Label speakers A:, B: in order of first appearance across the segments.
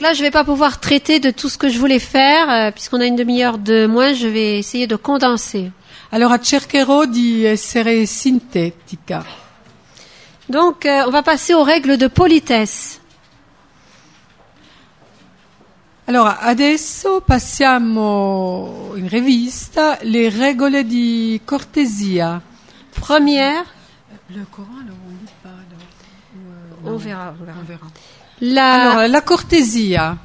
A: là, je vais pas pouvoir traiter de tout ce que je voulais faire, euh, puisqu'on a une demi-heure de moins, je vais essayer de condenser.
B: Allora cercherò di essere sintetica.
A: Donc, euh, on va passer aux règles de politesse.
B: Allora, adesso passiamo in rivista le regole di cortesia.
A: Première,
B: Le Coran, on ne lit pas.
A: on verra. on verra. euh,
B: verra.
A: La,
B: Allora, la cortesia,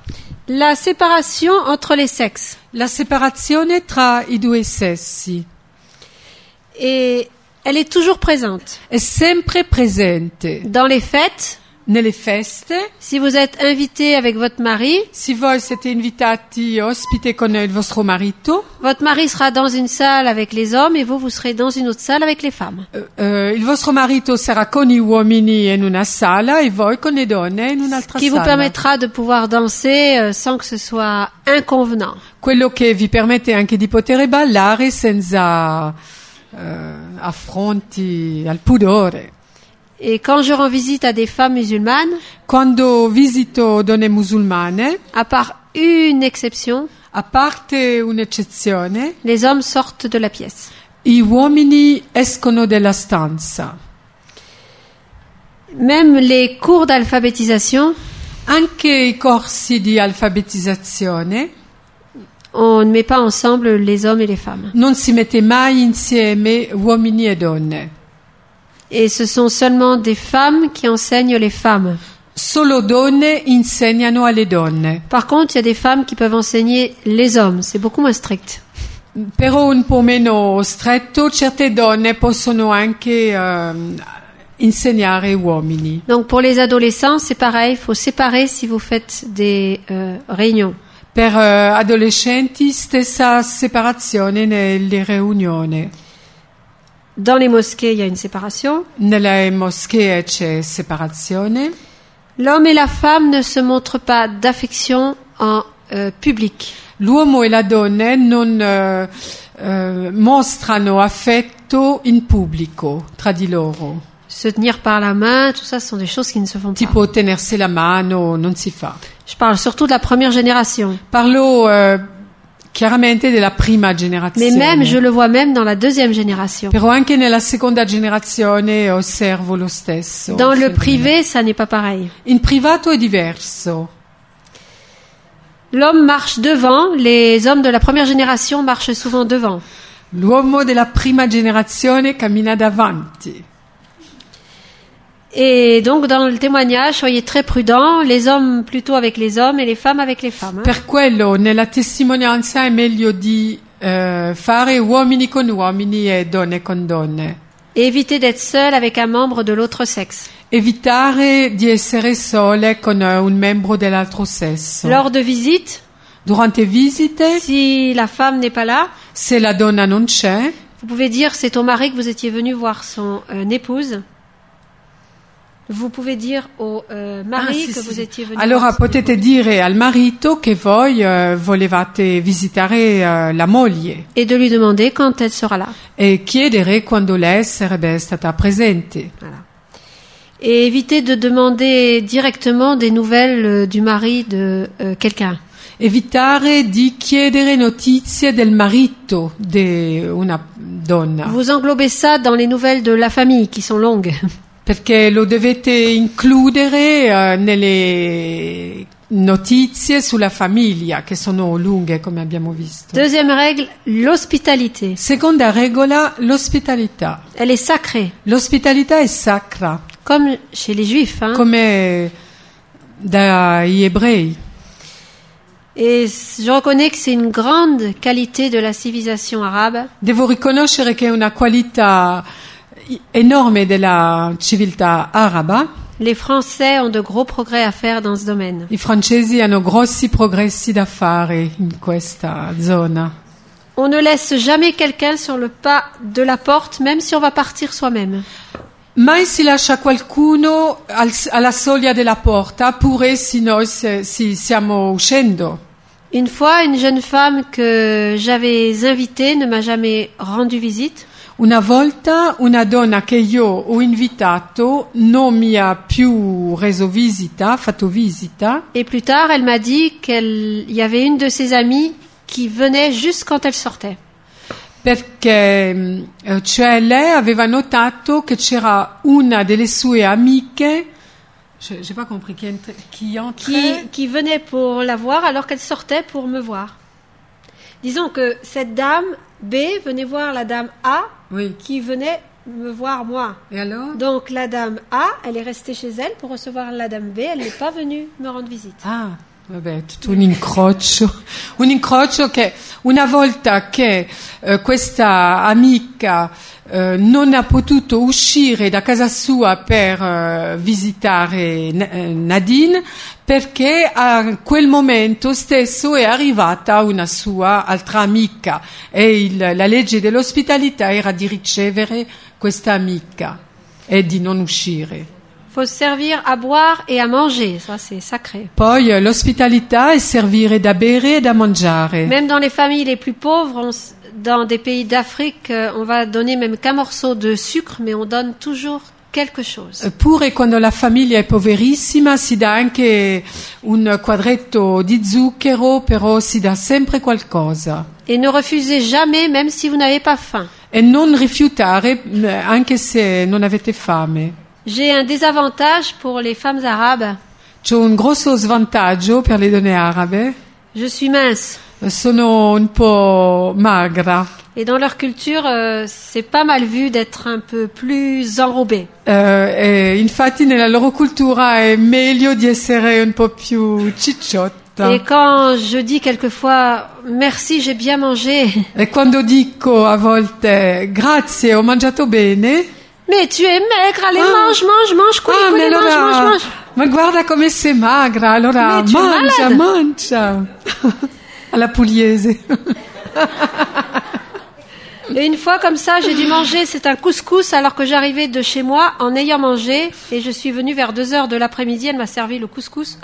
A: la séparation entre les sexes.
B: la separazione tra i due sessi,
A: Et elle est toujours présente.
B: è sempre presente
A: Dans les fêtes,
B: nelle feste.
A: si vous êtes invité avec votre mari,
B: Se voi siete invitati ospite con il vostro marito,
A: votre mari sera dans une salle avec les hommes et vous, vous serez dans une autre salle avec les femmes.
B: eh, eh, il vostro marito sarà con i uomini in una sala e voi con le donne in un'altra
A: qui vous
B: sala.
A: permettra de pouvoir danser euh, sans que ce soit inconvenant.
B: Quello che vi permette anche di poter ballare senza eh, affronti al pudore.
A: Et quand je rends visite à des femmes musulmanes,
B: Quando visito donne musulmane,
A: à part une exception,
B: a parte un'eccezione,
A: les hommes sortent de la pièce.
B: gli uomini escono dalla stanza.
A: Même les cours d'alphabétisation,
B: Anche i corsi di alfabetizzazione
A: on ne met pas ensemble les hommes et les femmes.
B: non si mette mai insieme uomini e donne.
A: Et ce sont seulement des femmes qui enseignent les femmes.
B: Solo donne insegnano alle donne.
A: Par contre, il y a des femmes qui peuvent enseigner les hommes. C'est beaucoup moins strict.
B: Però un po' meno stretto, certe donne possono anche ehm, insegnare uomini.
A: Donc pour les adolescents, c'est pareil. Il faut séparer si vous faites des euh, réunions.
B: Per eh, adolescenti stessa separazione nelle riunioni.
A: Dans les mosquées, il y a une séparation.
B: Nelle moschee c'è separazione.
A: L'homme et la femme ne se montrent pas d'affection en euh, public.
B: L'uomo e la donna non eh, eh, mostrano affetto in pubblico tra di loro.
A: Se tenir par la main, tout ça, ce sont des choses qui ne se font pas.
B: Tipo tenersi la mano non si fa.
A: Je parle surtout de la première génération.
B: Parlo eh, chiaramente della prima
A: Mais
B: generazione.
A: même, je le vois même dans la deuxième génération.
B: Però anche nella seconda generazione osservo lo stesso.
A: Dans le
B: fenomeno.
A: privé, ça n'est pas pareil.
B: In privato è diverso.
A: L'homme marche devant, les hommes de la première génération marchent souvent devant.
B: L'uomo della prima generazione cammina davanti.
A: Et donc, dans le témoignage, soyez très prudents, les hommes plutôt avec les hommes et les femmes avec les femmes. hein.
B: Per quello nella testimonianza è meglio di eh, fare uomini con uomini e donne con donne.
A: Et évitez d'être seul avec un membre de l'autre sexe.
B: Evitare di essere sole con eh, un membro dell'altro sesso.
A: Lors de visites,
B: Durante visite,
A: Si la femme n'est pas là,
B: se la donna non c'è,
A: vous pouvez dire c'est au mari que vous étiez venu voir son euh, épouse. Vous pouvez dire au euh, mari
B: Ah, sì,
A: que
B: sì,
A: vous
B: sì.
A: étiez venu.
B: Allora
A: voir son-
B: potete dire al marito che voi eh, volevate visitare eh, la moglie
A: Et de lui demander quand elle sera là.
B: e chiedere quando lei sarebbe stata presente.
A: Voilà. Et évitez de demander directement des nouvelles euh, du mari de euh, quelqu'un.
B: Evitare di chiedere notizie del marito di una donna
A: Vous englobez ça dans les nouvelles de la famille qui sont longues.
B: perché lo dovete includere eh, nelle notizie sulla famiglia che sono lunghe come abbiamo visto.
A: Deuxième règle, l'hospitalité.
B: Seconda regola, l'ospitalità.
A: Elle est sacrée,
B: L'ospitalità è sacra.
A: comme chez les juifs. Hein.
B: Ah. come dagli ebrei.
A: Et je reconnais que c'est une grande qualité de la civilisation arabe.
B: Devo riconoscere che è una qualità i- enorme della civiltà araba.
A: Les Français ont de gros progrès à faire dans ce domaine.
B: I francesi hanno grossi progressi da fare in questa zona.
A: On ne laisse jamais quelqu'un sur le pas de la porte, même si on va partir soi-même.
B: Mai si lascia qualcuno al- alla soglia della porta, pure se noi se- si stiamo uscendo.
A: Une fois, une jeune femme que j'avais invitée ne m'a jamais rendu visite.
B: Una volta una donna che io ho invitato non mi ha più reso visita, fatto visita,
A: Et plus tard, elle m'a dit qu'il y avait une de ses amies qui venait juste quand elle sortait.
B: perché mh, eh, cioè lei aveva notato che c'era una delle sue amiche, je- j'ai pas compris, chi entr- chi entrait-
A: qui, qui venait pour la voir alors qu'elle sortait pour me voir. Disons que cette dame B venait voir la dame A
B: Oui.
A: qui venait me voir moi.
B: E allora?
A: Donc la dame A, elle est restée chez elle pour recevoir la dame B, elle n'est pas venue me rendre visite.
B: Ah, vabbè, tutto un incrocio. Un incrocio che una volta che eh, questa amica eh, non ha potuto uscire da casa sua per eh, visitare Na- eh, Nadine, perché a quel momento stesso è arrivata una sua altra amica e il- la legge dell'ospitalità era di ricevere questa amica e di non uscire.
A: Faut se servir à boire et à manger, ça c'est sacré.
B: Poi eh, l'ospitalità è servire da bere e da mangiare.
A: Même dans les familles les plus pauvres, on s- dans des pays d'Afrique, euh, on va donner même qu'un morceau de sucre, mais on donne toujours quelque chose.
B: Eppure Eh, quando la famiglia è poverissima si dà anche un quadretto di zucchero, però si dà sempre qualcosa.
A: Et ne refusez jamais, même si vous n'avez pas faim.
B: E non rifiutare mh, anche se non avete fame.
A: J'ai un désavantage pour les femmes arabes.
B: C'è un grosso svantaggio per le donne arabe. Eh,
A: Je suis mince.
B: Sono un po' magra.
A: Et dans leur culture, euh, c'est pas mal vu d'être un peu plus enrobée.
B: Eh, e infatti nella loro cultura è meglio di essere un po' più cicciotta.
A: Et quand je dis quelquefois merci, j'ai bien mangé,
B: E quando dico a volte grazie, ho mangiato bene,
A: mais tu es maigre, allez
B: Ah.
A: mange, mange, mange, coulis,
B: ah,
A: coulis,
B: ma
A: mange, mange,
B: allora,
A: mange.
B: ma guarda come sei magra, allora
A: Ma tu
B: mangia,
A: malade?
B: mangia. Alla pugliese.
A: Et une fois comme ça, j'ai dû manger, c'est un couscous, alors que j'arrivais de chez moi en ayant mangé, et je suis venue vers 2 heures de l'après-midi, elle m'a servi le couscous.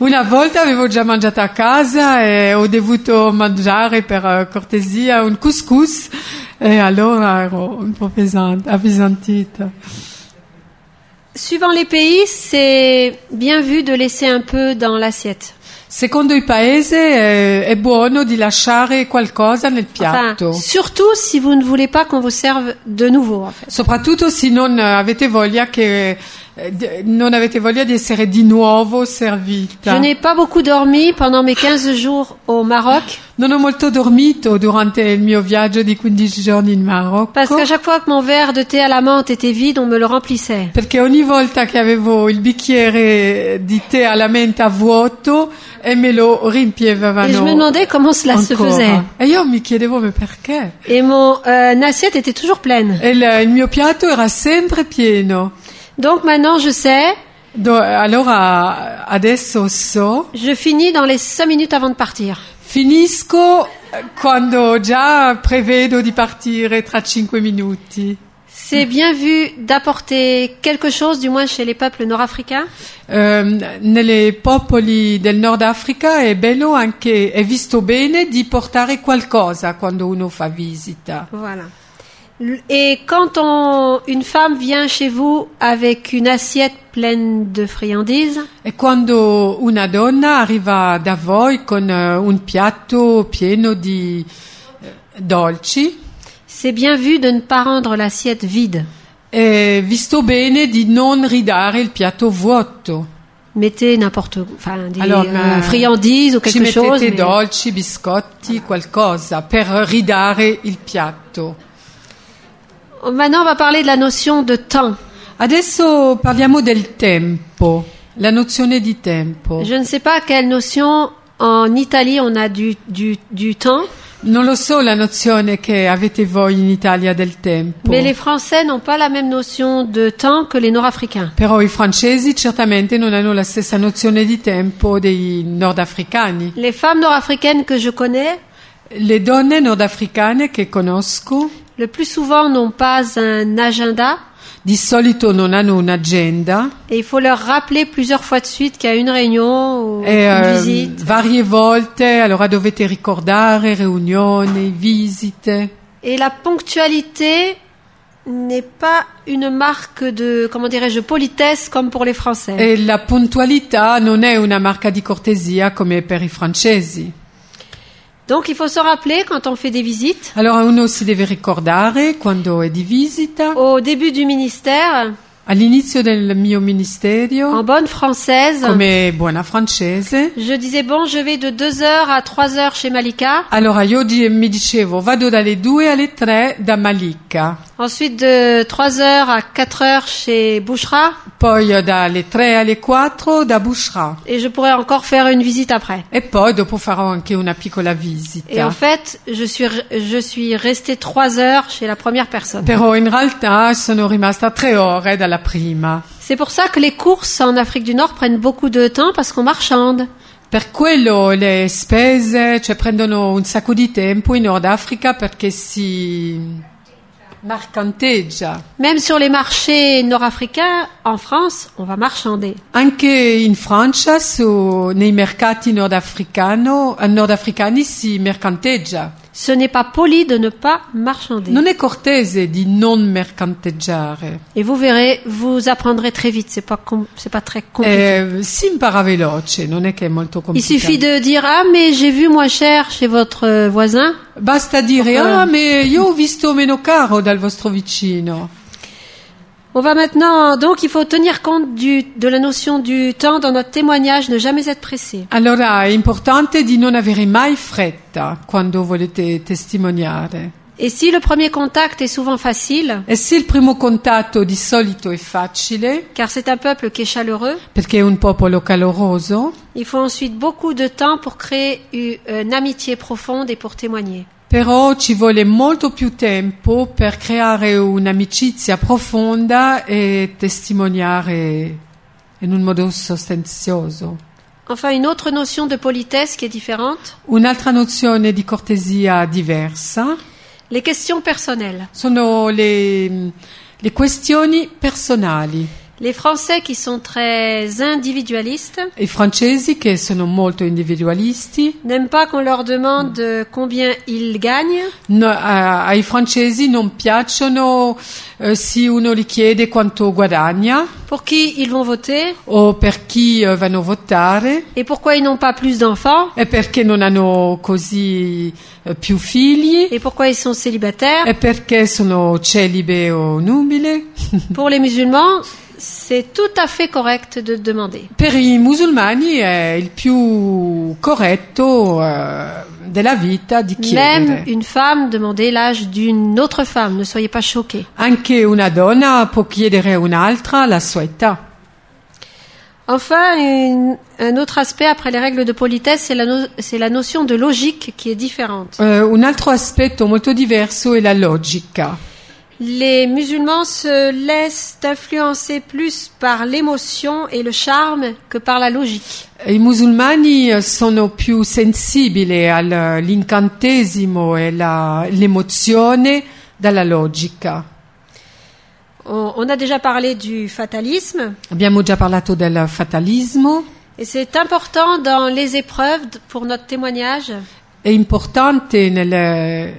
B: Una volta avevo già mangiato a casa e ho dovuto mangiare per eh, cortesia un couscous e allora ero un po' pesante, appesantita.
A: Suivant les pays, c'est bien vu de laisser un peu dans l'assiette.
B: Secondo il paese eh, è buono di lasciare qualcosa nel
A: Enfin,
B: piatto.
A: surtout si vous ne voulez pas qu'on vous serve de nouveau. en fait.
B: Soprattutto se non eh, avete voglia che eh, d- non avete voglia di essere di nuovo
A: Je
B: servita.
A: n'ai pas beaucoup dormi pendant mes 15 jours au Maroc
B: Non ho molto dormito durante il mio viaggio di 15 giorni in
A: parce
B: Marocco
A: qu'à chaque fois que mon verre de thé à la menthe était vide, on me le remplissait.
B: perché ogni volta che avevo il bicchiere di tè alla menta vuoto e me lo Ah
A: Et je me
B: rimpievavano
A: demandais comment cela se faisait.
B: ancora. E io mi chiedevo ma perché?
A: Et mon euh, assiette était toujours pleine.
B: E il, il mio piatto era sempre pieno.
A: Donc maintenant, je sais,
B: Do- allora adesso so
A: je finis dans les 5 minutes avant de partir.
B: Finisco eh, quando già prevedo di partire tra 5 minuti.
A: C'est bien vu d'apporter quelque chose, du moins chez les peuples nord-africains.
B: Ehm, nelle popoli del Nord Africa è bello anche, è visto bene di portare qualcosa quando uno fa visita.
A: Voilà. L- Et quand on, une femme vient chez vous avec une assiette pleine de friandises,
B: E quando una donna arriva da voi con eh, un piatto pieno di eh, dolci,
A: c'est bien vu de ne pas rendre l'assiette vide.
B: è visto bene di non ridare il piatto vuoto.
A: Mettez n'importe enfin des
B: Alors,
A: euh,
B: ma-
A: friandises ou
B: Ci
A: quelque chose.
B: mettete
A: mais-
B: dolci, biscotti, qualcosa per ridare il piatto.
A: Oh, Maintenant, on va parler de la notion de temps.
B: Adesso parliamo del tempo, la nozione di tempo.
A: Je ne sais pas quelle notion en Italie on a du, du, du temps,
B: Non lo so la nozione che avete voi in Italia del tempo,
A: mais les Français n'ont pas la même notion de temps que les Nord-Africains.
B: però i francesi certamente non hanno la stessa nozione di tempo dei nordafricani.
A: Les femmes nord-africaines que je connais,
B: Le donne nordafricane che conosco
A: le plus souvent n'ont pas un agenda
B: di solito non hanno un'agenda
A: et il faut leur rappeler plusieurs fois de suite qu'il y a une réunion ou
B: E,
A: une
B: ehm,
A: visite.
B: varie volte, allora dovete ricordare riunioni, visite.
A: Et la ponctualité n'est pas une marque de, comment dirais-je, politesse comme pour les Français.
B: E la puntualità non è una marca di cortesia come per i francesi.
A: Donc il faut se rappeler quand on fait des visites,
B: Allora uno si deve ricordare quando è di visita.
A: au début du ministère,
B: All'inizio del mio
A: en
B: ministero,
A: bonne française,
B: come buona francese,
A: je disais bon, je vais de 2h à 3h chez Malika,
B: allora io di- mi dicevo vado dalle 2 alle 3 da Malika,
A: ensuite de 3h à 4h chez Bouchra,
B: poi eh, dalle 3 alle 4 da Bushra
A: et je pourrais encore faire une visite après.
B: e poi dopo farò anche una piccola
A: Et en
B: visita.
A: fait, je suis, je suis restée 3 heures chez la première personne.
B: Però in realtà sono rimasta tre ore dalla prima.
A: C'est pour ça que les courses en Afrique du Nord prennent beaucoup de temps parce qu'on marchande.
B: Per quello le spese, cioè prendono un sacco di tempo in Nord Africa perché si mercanteggia.
A: Même sur les marchés nord-africains, en France, on va marchander.
B: Anche in Francia, su- nei mercati nordafricano- eh, nordafricani si mercanteggia.
A: Ce n'est pas poli de ne pas marchander.
B: Non è cortese di non mercanteggiare.
A: Et vous verrez, vous apprendrez très vite. C'est pas, com- c'est pas très compliqué.
B: Eh, si impara veloce, non è che è molto
A: Il suffit
B: complicato.
A: de dire ah mais j'ai vu moins cher chez votre euh, voisin.
B: Basta dire,
A: Proprio-
B: ah, ma io ho visto meno caro dal vostro vicino.
A: On va maintenant donc il faut tenir compte du, de la notion du temps dans notre témoignage, ne jamais être pressé.
B: Allora è importante di non avere mai fretta quando volete testimoniare.
A: Et si le premier contact est souvent facile,
B: E se il primo contatto di solito è facile,
A: car c'est un peuple qui est chaleureux,
B: perché è un popolo caloroso,
A: il faut ensuite beaucoup de temps pour créer u- euh, une amitié profonde et pour témoigner.
B: però ci vuole molto più tempo per creare un'amicizia profonda e testimoniare in un modo sostanzioso.
A: Enfin, une autre notion de politesse qui est différente,
B: Un'altra nozione di cortesia diversa
A: les questions personnelles.
B: sono le, le questioni personali.
A: Les Français qui sont très individualistes
B: I francesi che sono molto individualisti,
A: n'aiment pas qu'on leur demande euh, combien ils gagnent
B: no- a- ai francesi non piacciono eh, se uno gli chiede quanto guadagna
A: pour qui ils vont voter
B: o per chi eh, vanno a votare
A: et pourquoi ils n'ont pas plus d'enfants
B: e perché non hanno così eh, più figli
A: et pourquoi ils sont célibataires.
B: e perché sono celibe o nubile.
A: Pour les musulmans, c'est tout à fait correct de demander.
B: Per i musulmani è il più corretto eh, della vita di
A: Même
B: chiedere.
A: une femme, demandez l'âge d'une autre femme, ne soyez pas choqués.
B: Anche una donna può chiedere a un'altra la sua età.
A: Enfin, une- un autre aspect après les règles de politesse, c'est la, no- c'est la notion de logique qui est différente.
B: Eh, un altro aspetto molto diverso è la logica.
A: Les musulmans se laissent influencer plus par l'émotion et le charme que par la logique.
B: I musulmani eh, sono più sensibili all'incantesimo e la- all'emozione dalla logica.
A: On, on a déjà parlé du fatalisme
B: Abbiamo già parlato del fatalismo.
A: et c'est important dans les épreuves d- pour notre témoignage,
B: È importante nelle,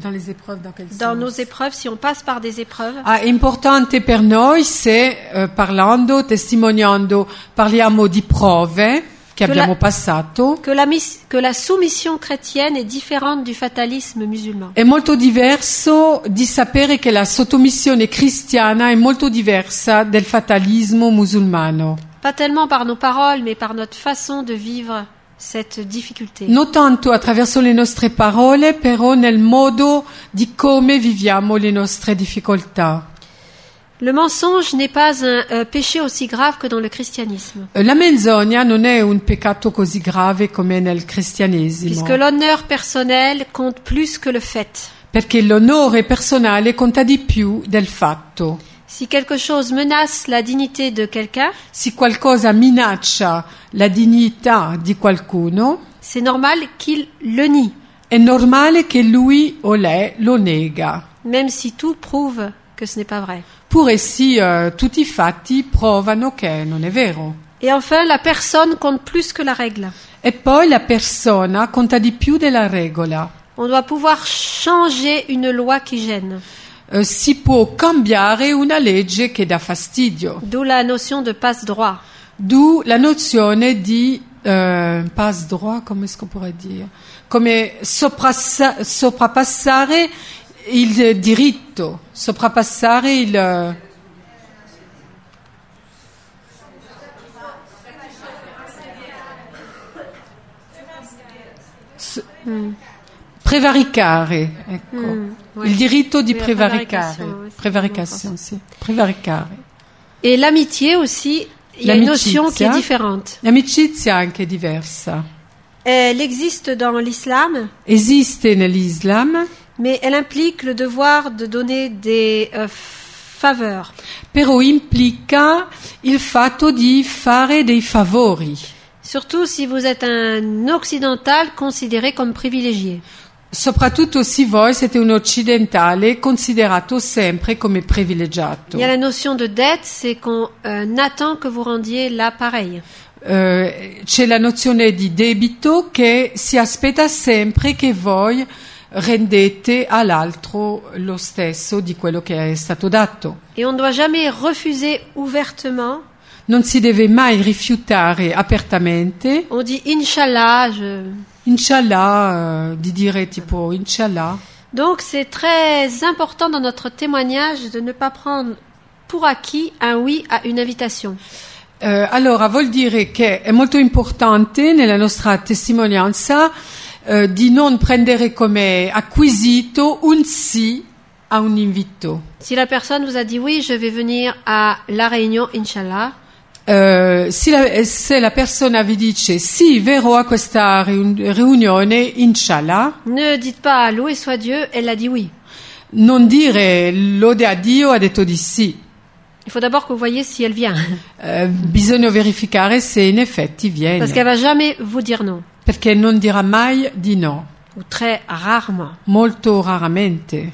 B: dans les épreuves, dans quel
A: dans
B: senso?
A: nos épreuves, si on passe par des épreuves,
B: Ah, è importante per noi se eh, parlando, testimoniando, parliamo di prove che
A: Quella-
B: abbiamo passato.
A: que la, mis- que la soumission chrétienne est différente du fatalisme musulman.
B: È molto diverso di sapere che la sottomissione cristiana è molto diversa del fatalismo musulmano.
A: Pas tellement par nos paroles, mais par notre façon de vivre cette difficulté.
B: Non tanto attraverso le nostre parole, però nel modo di come viviamo le nostre difficoltà.
A: Le mensonge n'est pas un euh, péché aussi grave que dans le christianisme,
B: Eh, La menzogna non è un peccato così grave come nel cristianesimo,
A: puisque l'honneur personnel compte plus que le fait.
B: perché l'onore personale conta di più del fatto.
A: Si quelque chose menace la dignité de quelqu'un,
B: Se qualcosa minaccia la dignità di qualcuno,
A: c'est normal qu'il le nie,
B: È normale che lui o lei lo nega,
A: même si tout prouve que ce n'est pas vrai.
B: pure se eh, tutti i fatti provano che non è vero.
A: Et enfin, la personne compte plus que la règle.
B: E poi la persona conta di più della regola.
A: On doit pouvoir changer une loi qui gêne.
B: Eh, si può cambiare una legge che dà fastidio,
A: D'où la notion de passe-droit.
B: d'où la nozione di eh, pass droit, come si può dire, come soprassa- soprappassare il diritto, soprappassare il... euh, S- Prevaricare, ecco.
A: Mm, ouais.
B: Il diritto di
A: Oui, la
B: prevaricare.
A: prevaricazione, oui, c'est
B: Prevarication, sì. Prevaricare.
A: Et l'amitié aussi, il y a une
B: L'amicizia.
A: notion qui est différente.
B: L'amicizia è anche diversa.
A: Elle existe dans l'islam,
B: Esiste nell'Islam,
A: mais elle implique le devoir de donner des euh, faveurs.
B: però implica il fatto di fare dei favori,
A: Surtout si vous êtes un occidental considéré comme privilégié.
B: soprattutto se voi siete un occidentale considerato sempre come privilegiato.
A: Il y a la notion de dette, c'est qu'on euh, attend que vous rendiez l'appareil.
B: Eh, c'è la nozione di debito che si aspetta sempre che voi rendete all'altro lo stesso di quello che è stato dato.
A: Et on ne doit jamais refuser ouvertement.
B: Non si deve mai rifiutare apertamente
A: On dit Inch'Allah. je-
B: Inch'Allah, eh, di dire tipo Inch'Allah.
A: Donc c'est très important dans notre témoignage de ne pas prendre pour acquis un oui à une invitation.
B: Eh, allora, vuol dire che è molto importante nella nostra testimonianza eh, di non prendere come acquisito un sì a un invito.
A: Si la personne vous a dit oui, je vais venir à la réunion, Inch'Allah,
B: Eh, se, la, eh, se la persona vi dice sì, verrò a questa riun- riunione, inshallah,
A: ne dites pas loué soit Dieu, elle a dit oui.
B: non dire lode a Dio, ha detto di sì.
A: Il faut d'abord que vous voyez si elle vient,
B: Eh, bisogna verificare se in effetti viene,
A: parce qu'elle va jamais vous dire non,
B: perché non dirà mai di no,
A: ou très rarement.
B: molto raramente.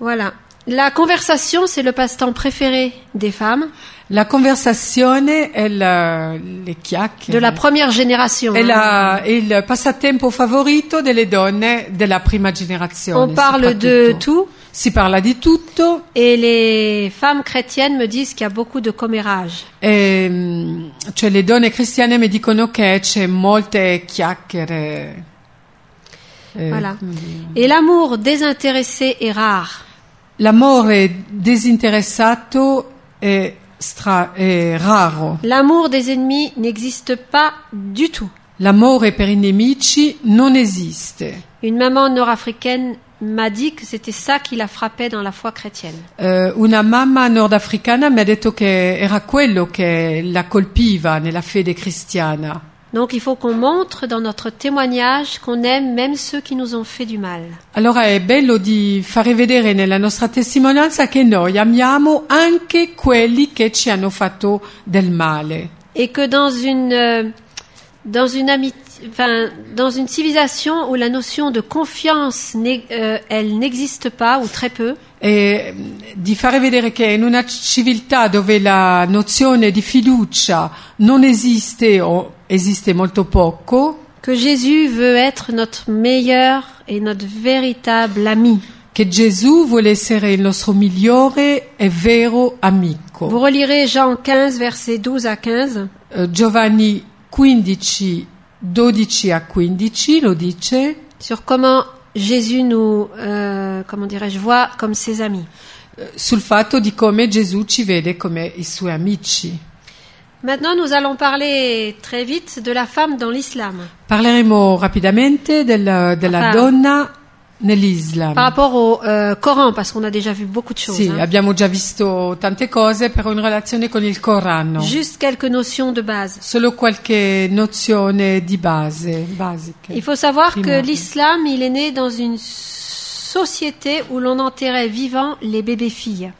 A: Voilà. La conversation, c'est le passe-temps préféré des femmes
B: La conversazione è la- le chiacchiere.
A: de la première génération.
B: è
A: hein.
B: la- il passatempo favorito delle donne della prima generazione.
A: On parle de
B: soprattutto.
A: tout
B: Si parla di tutto.
A: et les femmes chrétiennes me disent qu'il y a beaucoup de commérage.
B: ehm, cioè le donne cristiane mi dicono che c'è molte chiacchiere. eh,
A: Voilà. Et l'amour désintéressé est rare.
B: L'amore disinteressato è, stra- è raro.
A: L'amour des ennemis n'existe pas du tout.
B: L'amore per i nemici non esiste.
A: Une maman nord-africaine m'a dit que c'était ça qui la frappait dans la foi chrétienne.
B: Eh, una mamma nordafricana mi ha detto che era quello che la colpiva nella fede cristiana.
A: Donc il faut qu'on montre dans notre témoignage qu'on aime même ceux qui nous ont fait du mal.
B: Allora è bello di fare vedere nella nostra testimonianza che noi amiamo anche quelli che ci hanno fatto del male.
A: Et que dans une, euh, dans une amitié, enfin, dans une civilisation où la notion de confiance, n'est- euh, elle n'existe pas ou très peu,
B: E mm, di fare vedere che in una civiltà dove la nozione di fiducia non esiste o esiste molto poco,
A: que Jésus veut être notre meilleur et notre véritable ami.
B: che Gesù vuole essere il nostro migliore e vero amico.
A: Vous relirez Jean 15, versets 12 à 15.
B: Eh, Giovanni 15, 12 a 15 lo dice eh,
A: sur comment Jésus nous, euh, comment dirais-je, voit comme ses amis.
B: eh, sul fatto di come Gesù ci vede come i suoi amici.
A: Maintenant, nous allons parler très vite de la femme dans l'islam,
B: Parleremo rapidamente della, della
A: Ah.
B: donna nell'Islam.
A: par rapport au euh, Coran, parce qu'on a déjà vu beaucoup de choses.
B: Sì,
A: hein.
B: abbiamo già visto tante cose, però in relazione con il Corano.
A: Juste quelques notions de base.
B: Solo qualche nozione di base, basiche.
A: Il faut savoir que
B: Primaire.
A: l'islam, il est né dans une société où l'on enterrait vivants les bébés-filles.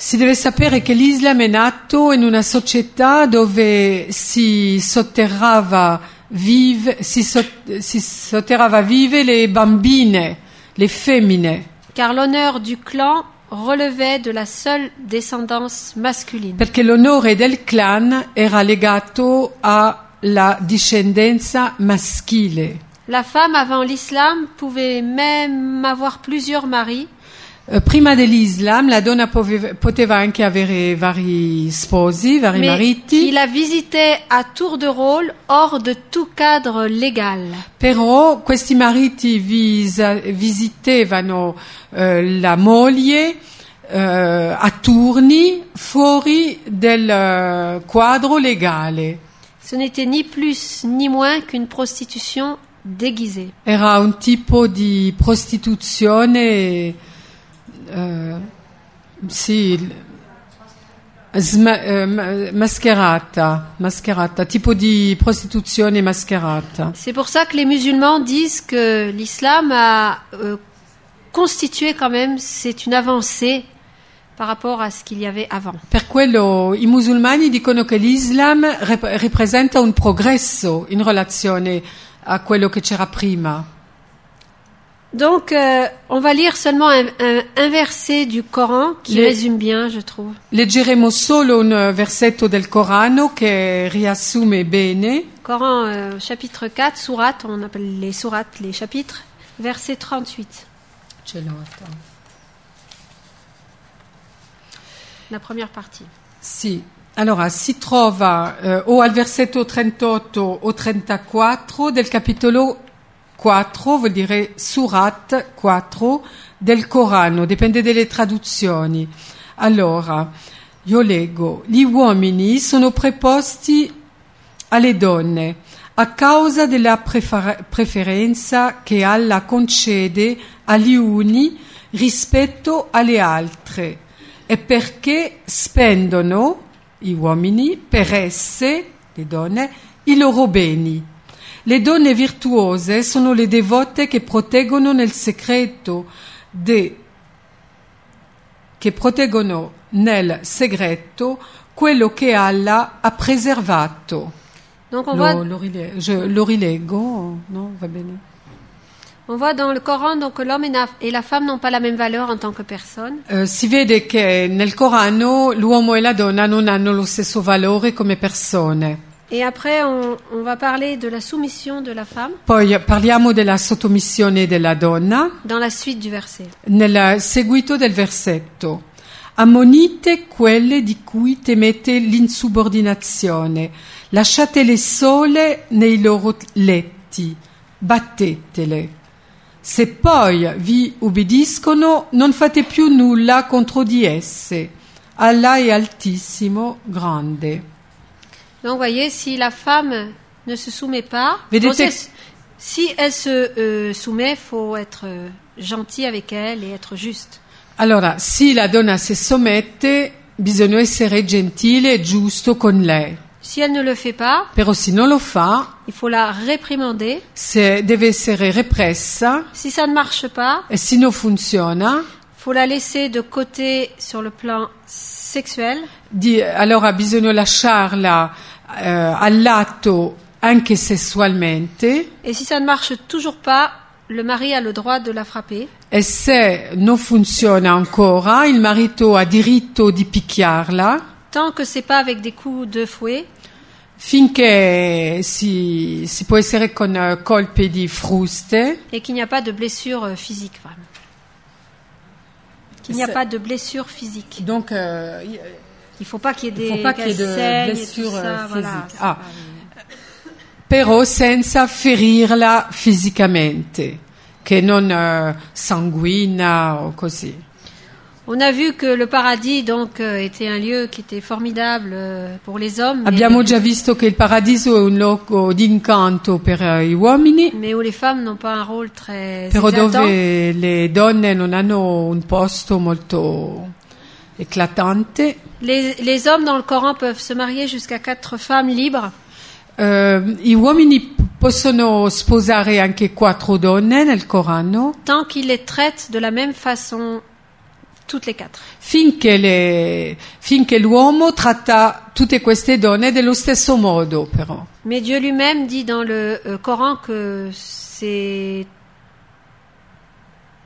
B: Si deve sapere che l'Islam è nato in una società dove si sotterrava vive, si sot- si sotterrava vive le bambine, le femmine,
A: Car l'honneur du clan relevait de la seule descendance masculine.
B: perché l'onore del clan era legato alla discendenza maschile.
A: La femme avant l'islam pouvait même avoir plusieurs maris.
B: Eh, Prima dell'Islam la donna pove- poteva anche avere vari sposi, vari
A: mais
B: mariti,
A: il la visitait à tour de rôle hors de tout cadre légal.
B: però questi mariti visa- visitevano eh, la moglie eh, a turni fuori del eh, quadro legale.
A: Ce n'était ni plus ni moins qu'une prostitution déguisée.
B: Era un tipo di prostituzione, eh, sì, l- sma- eh, ma- mascherata, mascherata, tipo di prostituzione mascherata.
A: C'est pour ça que les musulmans disent que l'islam a euh, constitué quand même, c'est une avancée par rapport à ce qu'il y avait avant.
B: Per quello i musulmani dicono che l'Islam rep- rappresenta un progresso in relazione a quello che c'era prima.
A: Donc, euh, on va lire seulement un, un- un verset du Coran qui
B: Les-
A: résume bien, je trouve.
B: Leggeremo solo un versetto del Corano che riassume bene.
A: Coran, euh, chapitre 4, sourate, on appelle les sourates les chapitres, verset 38,
B: Ce l'ho fatto.
A: la première partie.
B: Sì, allora si trova eh, o al versetto 38 o 34 del capitolo 4, vuol dire Surat 4 del Corano, dipende dalle traduzioni. Allora, io leggo, gli uomini sono preposti alle donne a causa della prefer- preferenza che Allah concede agli uni rispetto alle altre e perché spendono gli uomini per esse, le donne, i loro beni. Le donne virtuose sono le devote che proteggono nel segreto de- che proteggono nel segreto quello che Allah ha preservato.
A: Donc, on voit,
B: Lo, lo rile- je lo rileggo, no? Va bene.
A: on voit dans le Coran donc, que l'homme et la- et la femme n'ont pas la même valeur en tant que personne.
B: Eh, si vede che nel Corano l'uomo e la donna non hanno lo stesso valore come persone.
A: Et après, on, on va parler de la soumission de la femme
B: Poi eh, parliamo della sottomissione della donna
A: dans la suite du verset.
B: nel seguito del versetto. Ammonite quelle di cui temete l'insubordinazione, lasciatele sole nei loro letti, battetele. Se poi vi ubbidiscono, non fate più nulla contro di esse. Allah è altissimo, grande.
A: Donc, vous voyez, si la femme ne se soumet pas,
B: Mais des
A: on sait-
B: textes-
A: si elle se euh, soumet, faut être euh, gentil avec elle et être juste.
B: Allora, se la donna si sommette, bisogna essere gentile e giusto con lei.
A: Si elle ne le fait pas,
B: Però se non lo fa,
A: il faut la réprimander.
B: se deve essere repressa
A: Si ça ne marche pas,
B: e se non funziona,
A: faut la laisser de côté sur le plan sexuel.
B: di- allora bisogna lasciarla eh, all'atto anche sessualmente
A: Et si ça ne marche toujours pas, le mari a le droit de la frapper.
B: e se non funziona ancora, il marito ha diritto di picchiarla
A: Tant que c'est pas avec des coups de fouet,
B: finché si, si può essere con eh, colpi di fruste.
A: et qu'il n'y a pas de blessure euh, physique. vraiment. Qu'il n'y a
B: C'est-
A: pas de blessure physique.
B: Donc, euh,
A: Il faut pas qu'il y ait des
B: Il faut pas qu'il y ait de
A: qu'elle saigne et
B: blessures,
A: tout
B: euh,
A: ça, voilà.
B: physiques. Ah. però senza ferirla fisicamente, che non eh, sanguina o così.
A: On a vu que le paradis donc euh, était un lieu qui était formidable euh, pour les hommes, mais,
B: Abbiamo già visto che il paradiso è un luogo d'incanto per eh, gli uomini,
A: mais où les femmes n'ont pas un rôle très
B: però
A: exaltant.
B: dove le donne non hanno un posto molto eclatante.
A: Les, les hommes dans le Coran peuvent se marier jusqu'à quatre femmes libres.
B: Eh, gli uomini p- possono sposare anche quattro donne nel Corano
A: tant qu'il les traite de la même façon toutes les quatre.
B: finché, le- finché l'uomo tratta tutte queste donne dello stesso modo, però.
A: Mais Dieu lui-même dit dans le euh, Coran que c'est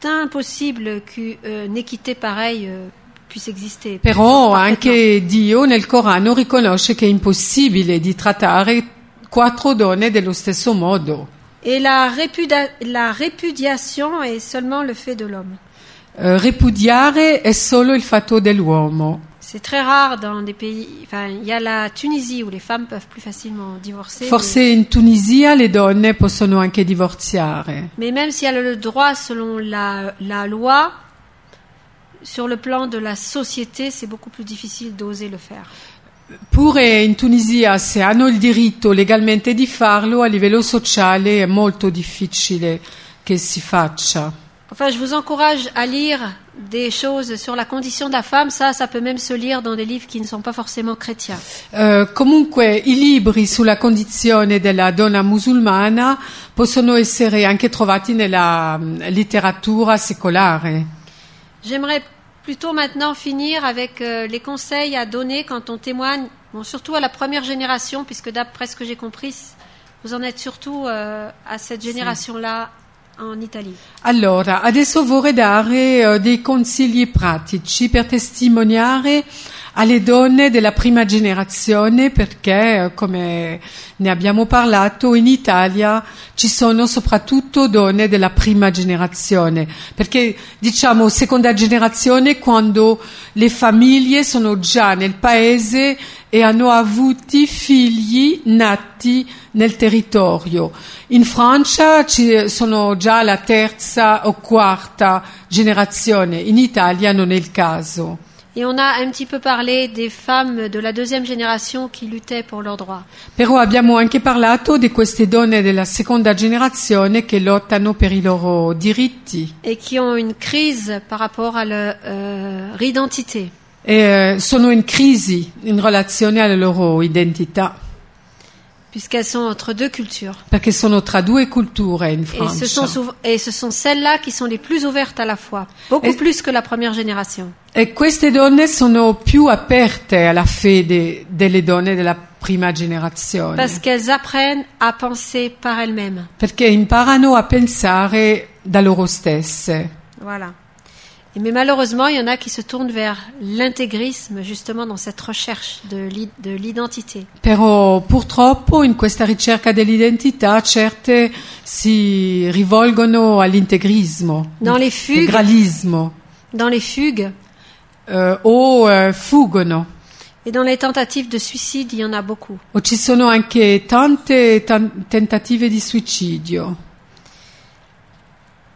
A: impossible euh, qu'une équité pareille euh, puisse exister.
B: Però
A: Parfaitement.
B: anche Dio nel Corano riconosce che è impossibile di trattare quattro donne dello stesso modo.
A: Et la, répuda- la répudiation est seulement le fait de l'homme.
B: Eh, ripudiare è solo il fatto dell'uomo.
A: C'est très rare dans des pays. Enfin, il y a la Tunisie où les femmes peuvent plus facilement divorcer.
B: Forse
A: Mais,
B: in Tunisia le donne possono anche divorziare.
A: mais même si elle a le droit selon la, la loi, sur le plan de la société, c'est beaucoup plus difficile d'oser le faire.
B: Pure in Tunisia, se hanno il diritto legalmente di farlo, a livello sociale è molto difficile che si faccia.
A: Enfin, je vous encourage à lire des choses sur la condition de la femme. Ça, ça peut même se lire dans des livres qui ne sont pas forcément chrétiens.
B: Eh, comunque i libri sulla condizione della donna musulmana possono essere anche trovati nella mh, letteratura secolare.
A: J'aimerais plutôt maintenant finir avec euh, les conseils à donner quand on témoigne, bon, surtout à la première génération, puisque d'après ce que j'ai compris, c- vous en êtes surtout euh, à cette génération-là en Italie.
B: Allora, adesso vorrei dare eh, dei consigli pratici per testimoniare alle donne della prima generazione perché, eh, come ne abbiamo parlato, in Italia ci sono soprattutto donne della prima generazione, perché diciamo seconda generazione quando le famiglie sono già nel paese e hanno avuto figli nati nel territorio. In Francia ci sono già la terza o quarta generazione, in Italia non è il caso.
A: Et on a un petit peu parlé des femmes de la deuxième génération qui luttaient pour leurs droits.
B: Però abbiamo anche parlato di queste donne della seconda generazione che lottano per i loro diritti.
A: et qui ont une crise par rapport à leur euh, identité.
B: E, eh, sono in crisi in relazione alla loro identità,
A: puisqu'elles sont entre deux cultures.
B: perché sono tra due culture in
A: Et ce,
B: Francia.
A: sont souv- et ce sont celles-là qui sont les plus ouvertes à la foi, beaucoup
B: Est-ce-
A: plus que la première génération.
B: E queste donne sono più aperte alla fede delle donne della prima generazione,
A: Parce qu'elles apprennent à penser par elles-mêmes.
B: perché imparano a pensare da loro stesse.
A: Voilà. Et Mais malheureusement, il y en a qui se tournent vers l'intégrisme, justement dans cette recherche de l'i- de l'identité.
B: Però purtroppo in questa ricerca dell'identità certe si rivolgono all'integrismo,
A: Dans les fugues,
B: integralismo
A: dans les fugues
B: eh, o eh, fuggono.
A: et dans les tentatives de suicide, il y en a beaucoup.
B: O ci sono anche tante tan- tentative di suicidio.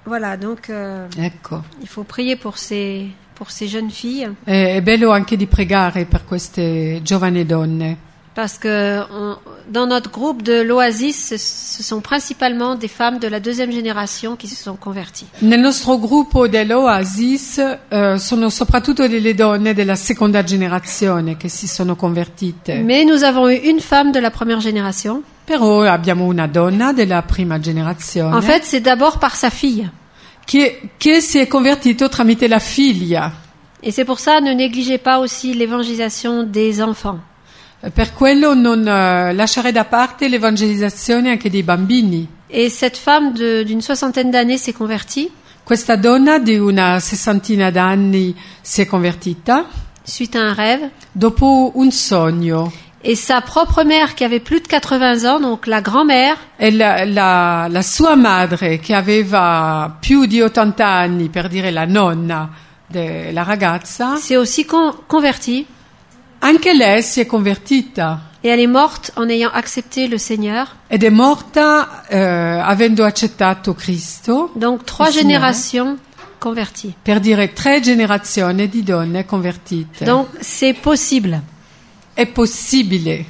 A: Voilà, donc euh,
B: Ecco,
A: il faut prier pour ces, pour ces jeunes filles.
B: Eh, è bello anche di pregare per queste giovani donne.
A: Parce que on- dans notre groupe de l'Oasis, ce, ce sont principalement des femmes de la deuxième génération qui se sont converties.
B: Nel nostro gruppo dell'Oasis eh, sono soprattutto delle donne della seconda generazione che si sono convertite.
A: Mais nous avons eu une femme de la première génération.
B: Però abbiamo una donna della prima
A: En
B: generazione
A: fait, c'est d'abord par sa fille.
B: che, che si è convertito tramite la figlia.
A: Et c'est pour ça, ne négligez pas aussi l'évangélisation des enfants.
B: Eh, Per quello non eh, lasciare da parte l'evangelizzazione anche dei bambini.
A: Et cette femme de- d'une soixantaine d'années s'est convertie
B: Questa donna di una sessantina d'anni si è convertita
A: suite à un rêve.
B: dopo un sogno.
A: Et sa propre mère, qui avait plus de 80 ans, donc la grand-mère,
B: E la, la- la sua madre, che aveva più di 80 anni, per dire la nonna della ragazza,
A: s'est aussi con- convertie.
B: anche lei si è convertita.
A: Et elle est morte en ayant accepté le Seigneur.
B: Ed è morta eh, avendo accettato Cristo,
A: Donc trois
B: Signore.
A: générations converties.
B: per dire tre generazioni di donne convertite.
A: Donc c'est possible.
B: è possibile.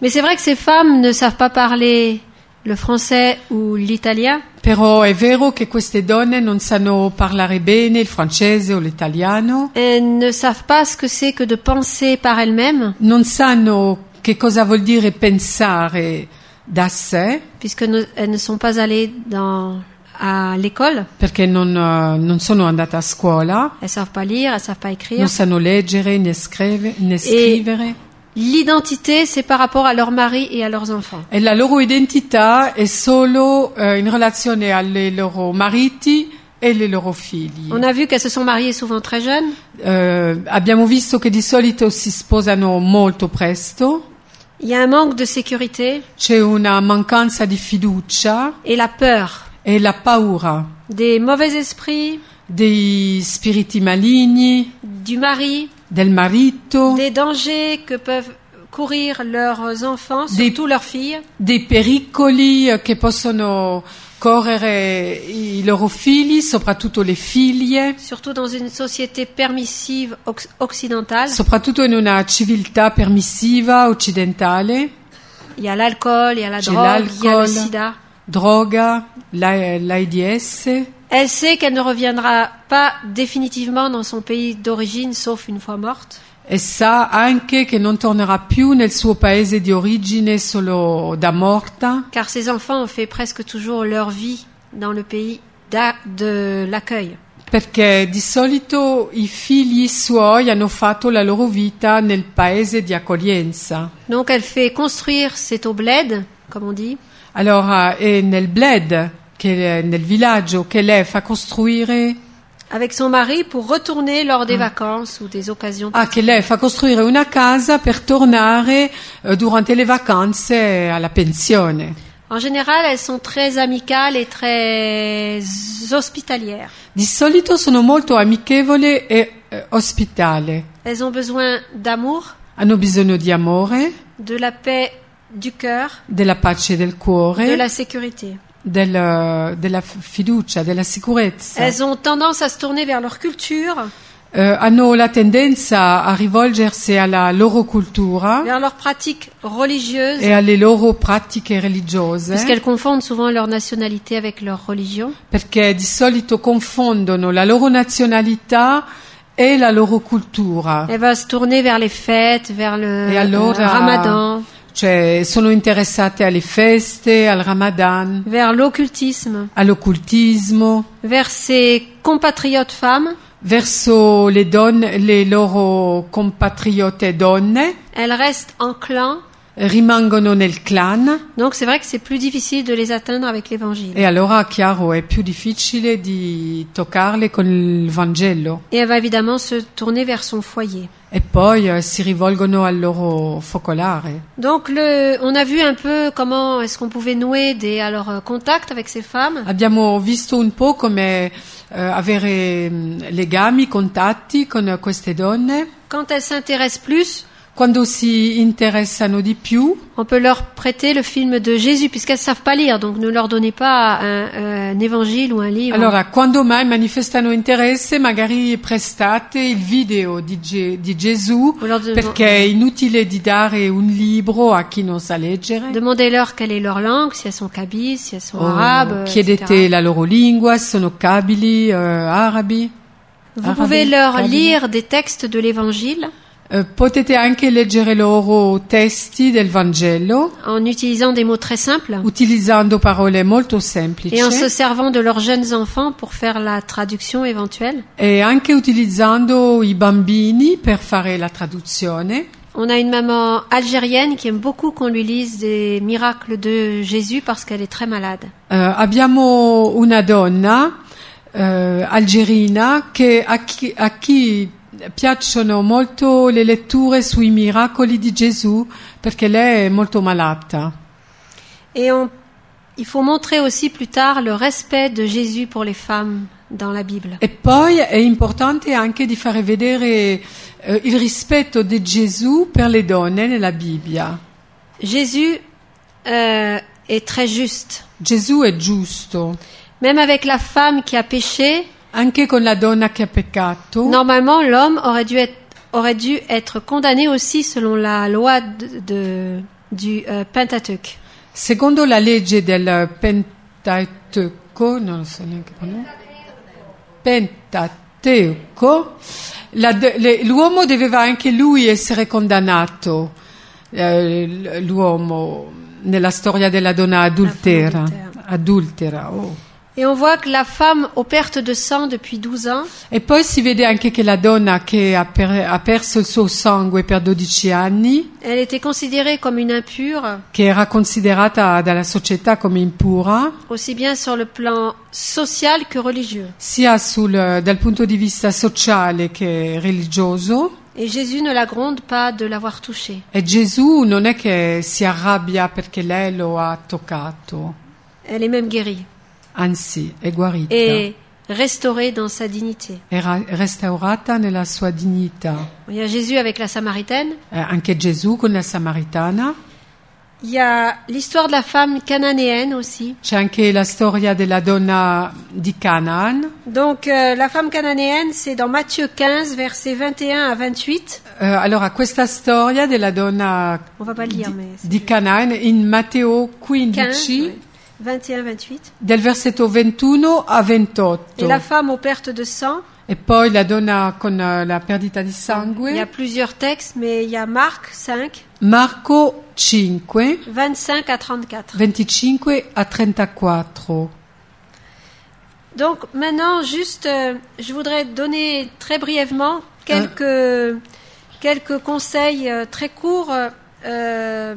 A: Mais c'est vrai que ces femmes ne savent pas parler le français ou l'italien.
B: Però è vero che queste donne non sanno parlare bene il francese o l'italiano,
A: Elles ne savent pas ce que c'est que de penser par elles-mêmes,
B: non sanno che cosa vuol dire pensare da sé,
A: puisque ne- elles ne sont pas allées dans, à l'école.
B: perché non, eh, non sono andate a scuola,
A: Elles savent pas lire, elles savent pas écrire.
B: non sanno leggere né, scrive- né scrivere.
A: L'identité, c'est par rapport à leur mari et à leurs enfants.
B: E la loro identità è solo eh, in relazione alle loro mariti e alle loro figli.
A: On a vu qu'elles se sont mariées souvent très jeunes
B: Eh, abbiamo visto che di solito si sposano molto presto
A: Il y a un manque de sécurité
B: c'è una mancanza di fiducia
A: et la peur
B: e la paura
A: des mauvais esprits,
B: dei spiriti maligni,
A: du mari,
B: del marito,
A: des dangers que peuvent courir leurs enfants,
B: Des-
A: surtout leurs filles,
B: dei pericoli eh, che possono correre i loro figli, soprattutto le figlie,
A: surtout dans une société permissive occ- occidentale.
B: soprattutto in una civiltà permissiva occidentale,
A: Il y a l'alcool, il y a la
B: J'ai
A: drogue, il y a le
B: l'alcool.
A: sida.
B: droga, la- l'AIDS.
A: Elle sait qu'elle ne reviendra pas définitivement dans son pays d'origine, sauf une fois morte.
B: E sa anche che non tornerà più nel suo paese di origine solo da morta,
A: car ces enfants ont fait presque toujours leur vie dans le pays d'a- de l'accueil.
B: perché di solito i figli suoi hanno fatto la loro vita nel paese di accoglienza.
A: Donc elle fait construire, c'est au bled, comme on dit,
B: Allora è euh, nel Bled, che è nel villaggio, che lei fa costruire,
A: avec son mari pour retourner lors
B: Mmh.
A: des vacances ou des occasions.
B: ah, che lei fa costruire una casa per tornare eh, durante le vacanze alla pensione.
A: En général, elles sont très amicales et très hospitalières.
B: Di solito sono molto amichevole e eh, ospitale.
A: Elles ont besoin d'amour,
B: Hanno bisogno di amore,
A: de la paix du cœur,
B: della pace del cuore,
A: de
B: della,
A: la sécurité.
B: della f- fiducia, della sicurezza.
A: Elles ont tendance à se tourner vers leur culture,
B: Eh, hanno la tendenza a rivolgersi alla loro cultura
A: vers leurs pratiques religieuses,
B: e alle loro pratiche religiose.
A: puisqu'elles confondent souvent leur nationalité avec leur religion.
B: perché di solito confondono la loro nazionalità e la loro cultura.
A: Elle va se tourner vers les fêtes, vers le
B: E
A: le
B: allora
A: ramadan,
B: cioè, sono interessate alle feste, al Ramadan,
A: vers l'occultisme,
B: all'occultismo,
A: vers ses compatriotes femmes.
B: verso le donne, le loro compatriote donne,
A: Elles restent en clan,
B: rimangono nel clan
A: donc c'est vrai que c'est plus difficile de les atteindre avec l'évangile.
B: e allora chiaro è più difficile di toccarle con il Vangelo
A: Et elle va évidemment se tourner vers son foyer.
B: e poi eh, si rivolgono al loro focolare.
A: Donc le, on a vu un peu comment est-ce qu'on pouvait nouer des alors euh, contacts avec ces femmes.
B: Abbiamo visto un po' come eh, avere mh, legami, contatti con queste donne.
A: Quand elles s'intéressent plus,
B: Quando si interessano di più,
A: on peut leur prêter le film de Jésus puisqu'elles savent pas lire, donc ne leur donnez pas un, euh, un évangile ou un livre.
B: allora quando mai manifestano interesse, magari prestate il video di, Ge- di Gesù,
A: Vous leur demandez-
B: perché è inutile di dare un libro a chi non sa leggere.
A: Demandez-leur quelle est leur langue, si elles sont kabyles, si elles sont
B: Oh,
A: arabes. euh,
B: chiedete
A: etc.
B: la loro lingua, sono kabili, eh, arabi.
A: Vous
B: Arabe,
A: pouvez leur
B: kabyle.
A: lire des textes de l'Évangile
B: Eh, potete anche leggere loro testi del Vangelo.
A: en utilisant des mots très simples
B: utilizzando parole molto semplici
A: et en se servant de leurs jeunes enfants pour faire la traduction éventuelle.
B: e anche utilizzando i bambini per fare la traduzione.
A: On a une maman algérienne qui aime beaucoup qu'on lui lise des miracles de Jésus parce qu'elle est très malade.
B: Eh, abbiamo una donna eh, algerina che a, chi, a chi piacciono molto le letture sui miracoli di Gesù perché lei è molto malata.
A: Et on, il faut montrer aussi plus tard le respect de Jésus pour les femmes dans la Bible.
B: E poi è importante anche di fare vedere eh, il rispetto di Gesù per le donne nella Bibbia.
A: Jésus euh, est très juste.
B: Gesù è giusto.
A: Même avec la femme qui a péché,
B: Anche con la donna che ha peccato,
A: normalement l'homme aurait dû être aurait dû être condamné aussi selon la loi de, de- du euh, Pentateuch.
B: secondo la legge del Pentateuco, non lo so neanche pronunciare, Pentateuco, la de- le- l'uomo doveva anche lui essere condannato, eh, l- l'uomo nella storia della donna adultera,
A: adultera.
B: adultera oh.
A: Et on voit que la femme aux pertes de sang depuis 12 ans,
B: E poi si vede anche che la donna che ha, per- ha perso il suo sangue per 12 anni,
A: elle était considérée comme une impure,
B: che era considerata dalla società come impura,
A: aussi bien sur le plan social que religieux.
B: eh, sia sul- dal punto di vista sociale che religioso,
A: Et Jésus ne la gronde pas de l'avoir touchée.
B: E Gesù non è che si arrabbia perché lei lo ha toccato,
A: Elle est même guérie
B: anzi è guarita
A: et restaurée dans sa dignité.
B: è ra- restaurata nella sua dignità.
A: Il y a Jésus avec la Samaritaine.
B: Eh, anche Gesù con la Samaritana,
A: Il y a l'histoire de la femme cananéenne aussi.
B: c'è anche la storia della donna di Canaan.
A: Donc euh, la femme cananéenne, c'est dans Matthieu 15, versets 21 à 28.
B: Eh, allora, questa storia della donna
A: On va pas le lire, mais c'est
B: di Canaan in Matteo 15,
A: 15, ouais. 21-28.
B: del versetto 21 a
A: Et
B: 28.
A: la femme aux pertes de sang.
B: E poi la donna con eh, la perdita di sangue.
A: Il y a plusieurs textes, mais il y a Marc 5,
B: Marco 5,
A: 25 à 34.
B: 25 a 34.
A: Donc maintenant, juste, euh, je voudrais donner très brièvement quelques, quelques conseils euh, très courts euh, euh,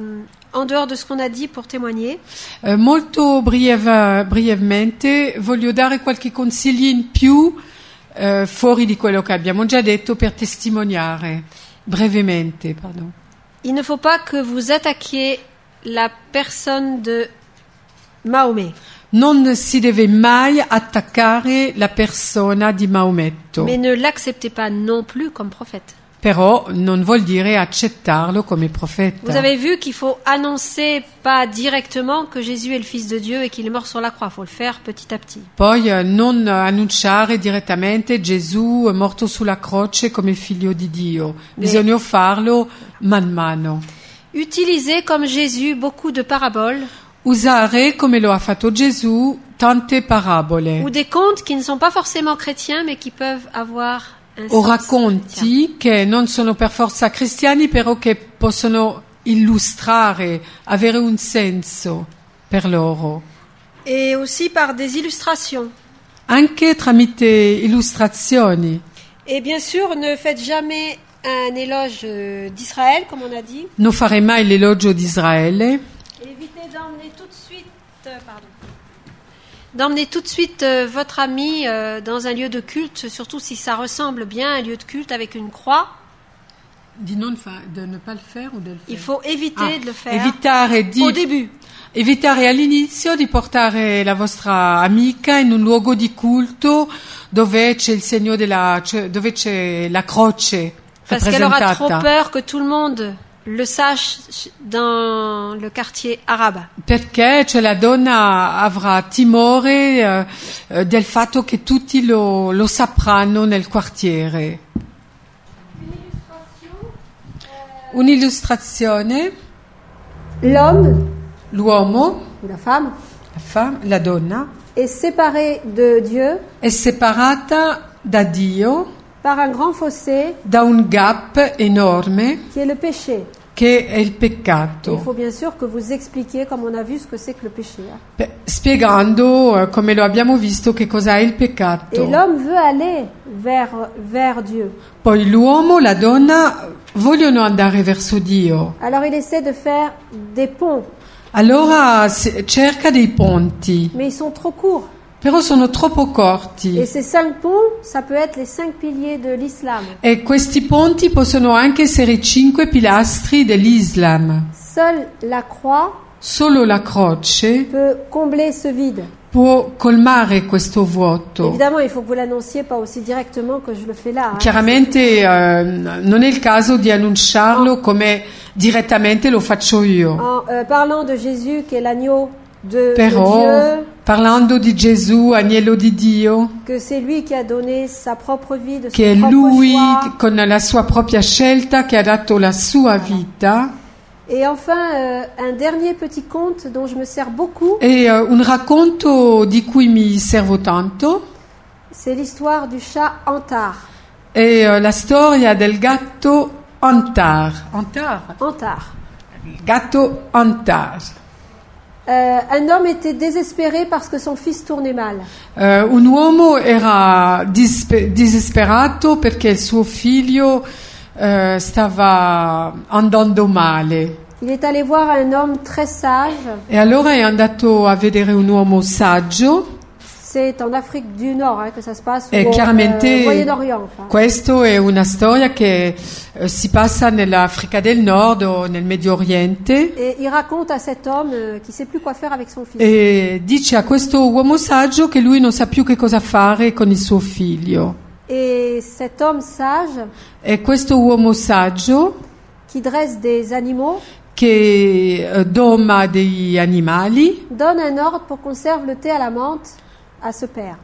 A: en dehors de ce qu'on a dit pour témoigner.
B: Eh, molto brieve- brevemente voglio dare qualche consigli in più eh, fuori di quello che abbiamo già detto per testimoniare. Brevemente, pardon.
A: Il ne faut pas que vous attaquiez la personne de Mahomet,
B: Non si deve mai attaccare la persona di Maometto,
A: mais ne l'acceptez pas non plus comme prophète.
B: però non vuol dire accettarlo come
A: Vous
B: profeta.
A: avez vu qu'il faut annoncer pas directement que Jésus est le Fils de Dieu et qu'il est mort sur la croix. Il faut le faire petit à petit.
B: Poi eh, non annunciare direttamente Gesù è morto sulla croce come figlio di Dio, bisogna farlo man mano.
A: Utilisez comme Jésus beaucoup de paraboles
B: Usare, come lo ha fatto Gesù, tante parabole
A: ou des contes qui ne sont pas forcément chrétiens mais qui peuvent avoir un sens
B: o
A: chrétien.
B: racconti che non sono per forza cristiani, però che possono illustrare, avere un senso per loro.
A: Et aussi par des illustrations.
B: Anche tramite illustrazioni.
A: Et bien sûr, ne faites jamais un éloge euh, d'Israël, comme on a dit.
B: Non fare mai l'elogio di Israele.
A: Évitez d'emmener tout de suite, euh, pardon, d'emmener tout de suite euh, votre ami euh, dans un lieu de culte, surtout si ça ressemble bien à un lieu de culte avec une croix.
B: Di non fa- di ne pas le faire o del
A: Il
B: faire?
A: faut éviter
B: Ah,
A: de le faire
B: evitare di-
A: au début.
B: Evitare all'inizio di portare la vostra amica in un luogo di culto dove c'è il segno della, cioè, dove c'è la croce
A: Parce qu'elle aura trop
B: rappresentata
A: peur que tout le monde le sache dans le quartier arabe.
B: perché cioè, la donna avrà timore eh, eh, del fatto che tutti lo, lo sapranno nel quartiere. Un'illustrazione,
A: L'homme
B: l'uomo,
A: ou la femme
B: la fam- la donna,
A: est séparé de Dieu
B: è separata da Dio
A: par un grand fossé
B: da un gap enorme
A: qui est le péché.
B: che è il
A: Il
B: peccato,
A: faut bien sûr que vous expliquiez, comme on a vu, ce que c'est que le péché. hein.
B: Beh, spiegando eh, come lo abbiamo visto che cos'è il
A: Et
B: peccato.
A: l'homme veut aller vers, vers Dieu.
B: Poi l'uomo, la donna vogliono andare verso Dio,
A: Alors il essaie de faire des ponts,
B: allora se- cerca dei ponti,
A: mais ils sont trop courts.
B: però sono troppo
A: Et
B: corti
A: ces cinq ponts, ça peut être les cinq piliers de l'islam.
B: e questi ponti possono anche essere i cinque pilastri dell'Islam.
A: Seule la croix
B: Solo la croce
A: peut combler ce vide.
B: può colmare questo vuoto.
A: Évidemment, il faut que vous l'annonciez pas aussi directement que je le fais là. hein.
B: Chiaramente eh, non è il caso di annunciarlo come direttamente lo faccio io,
A: En euh, parlant de Jésus qui est l'agneau de, de
B: però
A: Dieu,
B: parlando di Gesù, agnello di Dio,
A: que c'est lui qui a donné sa propre vie, de
B: che è
A: son propre
B: lui
A: choix.
B: con la sua propria scelta che ha dato la sua vita,
A: Et enfin, euh, un dernier petit conte dont je me sers beaucoup,
B: è eh, un racconto di cui mi servo tanto,
A: c'est l'histoire du chat Antar.
B: è eh, la storia del gatto Antar, Antar.
A: Antar.
B: il gatto Antar.
A: Euh, un homme était désespéré parce que son fils tournait mal.
B: Eh, un uomo era dispe- disperato perché il suo figlio eh, stava andando male
A: Il est allé voir un homme très sage,
B: e allora è andato a vedere un uomo saggio
A: c'est en Afrique du Nord hein, che ça se passe,
B: E
A: o
B: chiaramente-
A: eh, Moyen-Orient. enfin.
B: Questa è una storia che eh, si passa nell'Africa del Nord o nel Medio Oriente
A: Et il raconte à cet homme euh, qui sait plus quoi faire avec son fils.
B: e dice a questo uomo saggio che lui non sa più che cosa fare con il suo figlio.
A: Et cet homme sage
B: E questo uomo saggio
A: qui dresse des animaux
B: che eh, doma degli animali
A: donne un ordre pour qu'on serve le thé à la menthe à ce père.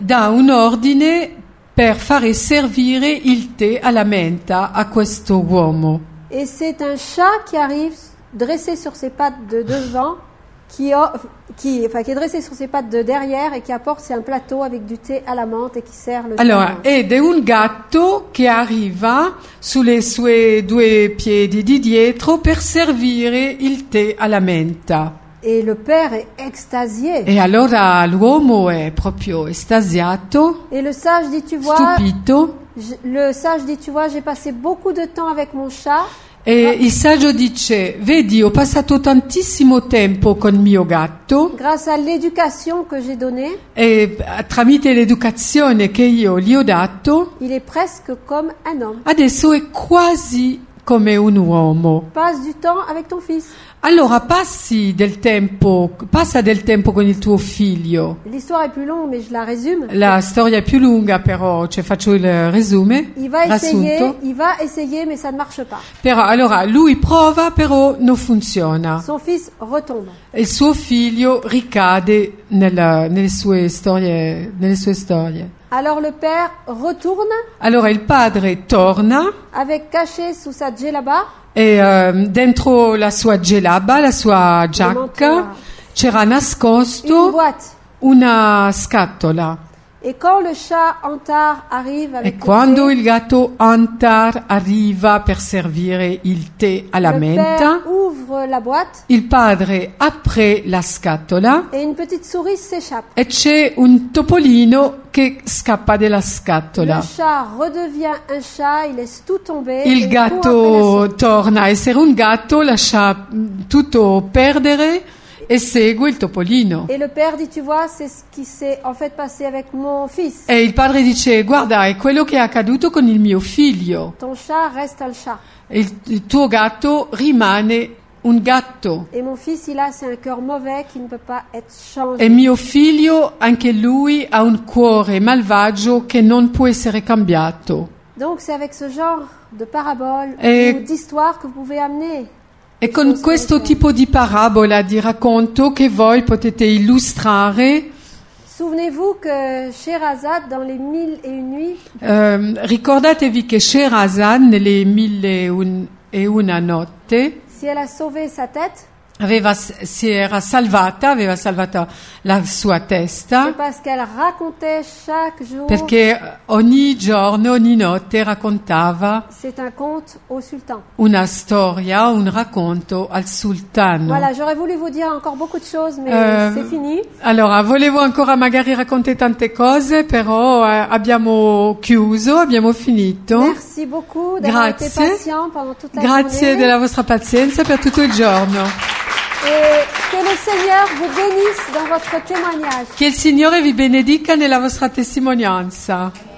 B: dà un ordine per fare servire il tè alla menta a questo uomo.
A: Et c'est un chat qui arrive dressé sur ses pattes de devant, qui, o- qui, enfin, qui est dressé sur ses pattes de derrière et qui apporte c'est un plateau avec du thé à la menthe et qui sert le thé. à la
B: Allora,
A: menthe.
B: ed è un gatto che arriva sulle sue due piedi di dietro per servire il tè alla menta.
A: Et le père est extasié.
B: E allora l'uomo è proprio estasiato,
A: Et le sage dit, tu vois,
B: stupito.
A: je- le sage dit, tu vois, j'ai passé beaucoup de temps avec mon chat.
B: E il saggio dice, vedi, ho passato tantissimo tempo con mio gatto
A: Grâce à l'éducation que j'ai donnée,
B: e eh, tramite l'educazione che io gli ho dato,
A: il est presque comme un homme.
B: adesso è quasi come un uomo.
A: Passe du temps avec ton fils.
B: Allora passi del tempo, passa del tempo con il tuo figlio.
A: L'histoire est plus longue, mais je la résume.
B: La storia è più lunga, però cioè, faccio il resume.
A: Il va essayer,
B: riassunto.
A: il va essayer, mais ça ne marche pas.
B: Però allora lui prova, però non funziona.
A: Son fils retombe.
B: Il suo figlio ricade nella- nelle, sue storie, nelle sue storie.
A: Alors le père retourne
B: Allora il padre torna
A: avec caché sous sa djellaba
B: e ehm, dentro la sua gelaba, la sua
A: mantua.
B: giacca, c'era
A: une
B: nascosto
A: boîte.
B: una scatola.
A: Et quand le chat Antar arrive avec
B: E
A: le
B: quando
A: thé,
B: il gatto Antar arriva per servire il tè alla
A: le père
B: menta,
A: ouvre la boîte
B: il padre apre la scatola
A: et une petite souris s'échappe.
B: e c'è un topolino che scappa dalla
A: Le
B: scatola.
A: chat redevient un chat, il laisse tout tomber. et
B: Il
A: il court après la souris.
B: gatto torna a essere un gatto, lascia mh, tutto perdere e segue il topolino.
A: Et le père dit, tu vois, c'est ce qui s'est en fait passé avec mon fils.
B: E il padre dice, guarda, è quello che è accaduto con il mio figlio.
A: Ton chat reste un chat.
B: Il- il tuo gatto rimane un gatto.
A: Et mon fils, il a, c'est un cœur mauvais qui ne peut pas être changé.
B: E mio figlio, anche lui, ha un cuore malvagio che non può essere cambiato.
A: Donc c'est avec ce genre de paraboles
B: Et-
A: ou d'histoires que vous pouvez amener.
B: E con questo tipo di parabola, di racconto, che voi potete illustrare,
A: Souvenez-vous que Sherazade, dans les mille et une nuits,
B: ehm, ricordatevi che Sherazad, nelle mille e, un- e una notte,
A: si elle a sauvé sa tête,
B: aveva s- si era salvata, aveva salvato la sua
A: c'est
B: testa,
A: parce qu'elle racontait chaque jour.
B: perché eh, ogni giorno, ogni notte raccontava
A: C'est un conte au sultan.
B: una storia, un racconto al sultano.
A: Voilà, j'aurais voulu vous dire encore beaucoup de choses, mais
B: Euh,
A: c'est fini.
B: Allora, volevo ancora magari raccontare tante cose, però eh, abbiamo chiuso, abbiamo finito.
A: Merci beaucoup d'avoir été
B: oh. grazie.
A: patient pendant toute la
B: Grazie
A: journée.
B: della vostra pazienza per tutto il giorno.
A: Et que le Seigneur vous bénisse dans votre témoignage.
B: Che il Signore vi benedica nella vostra testimonianza.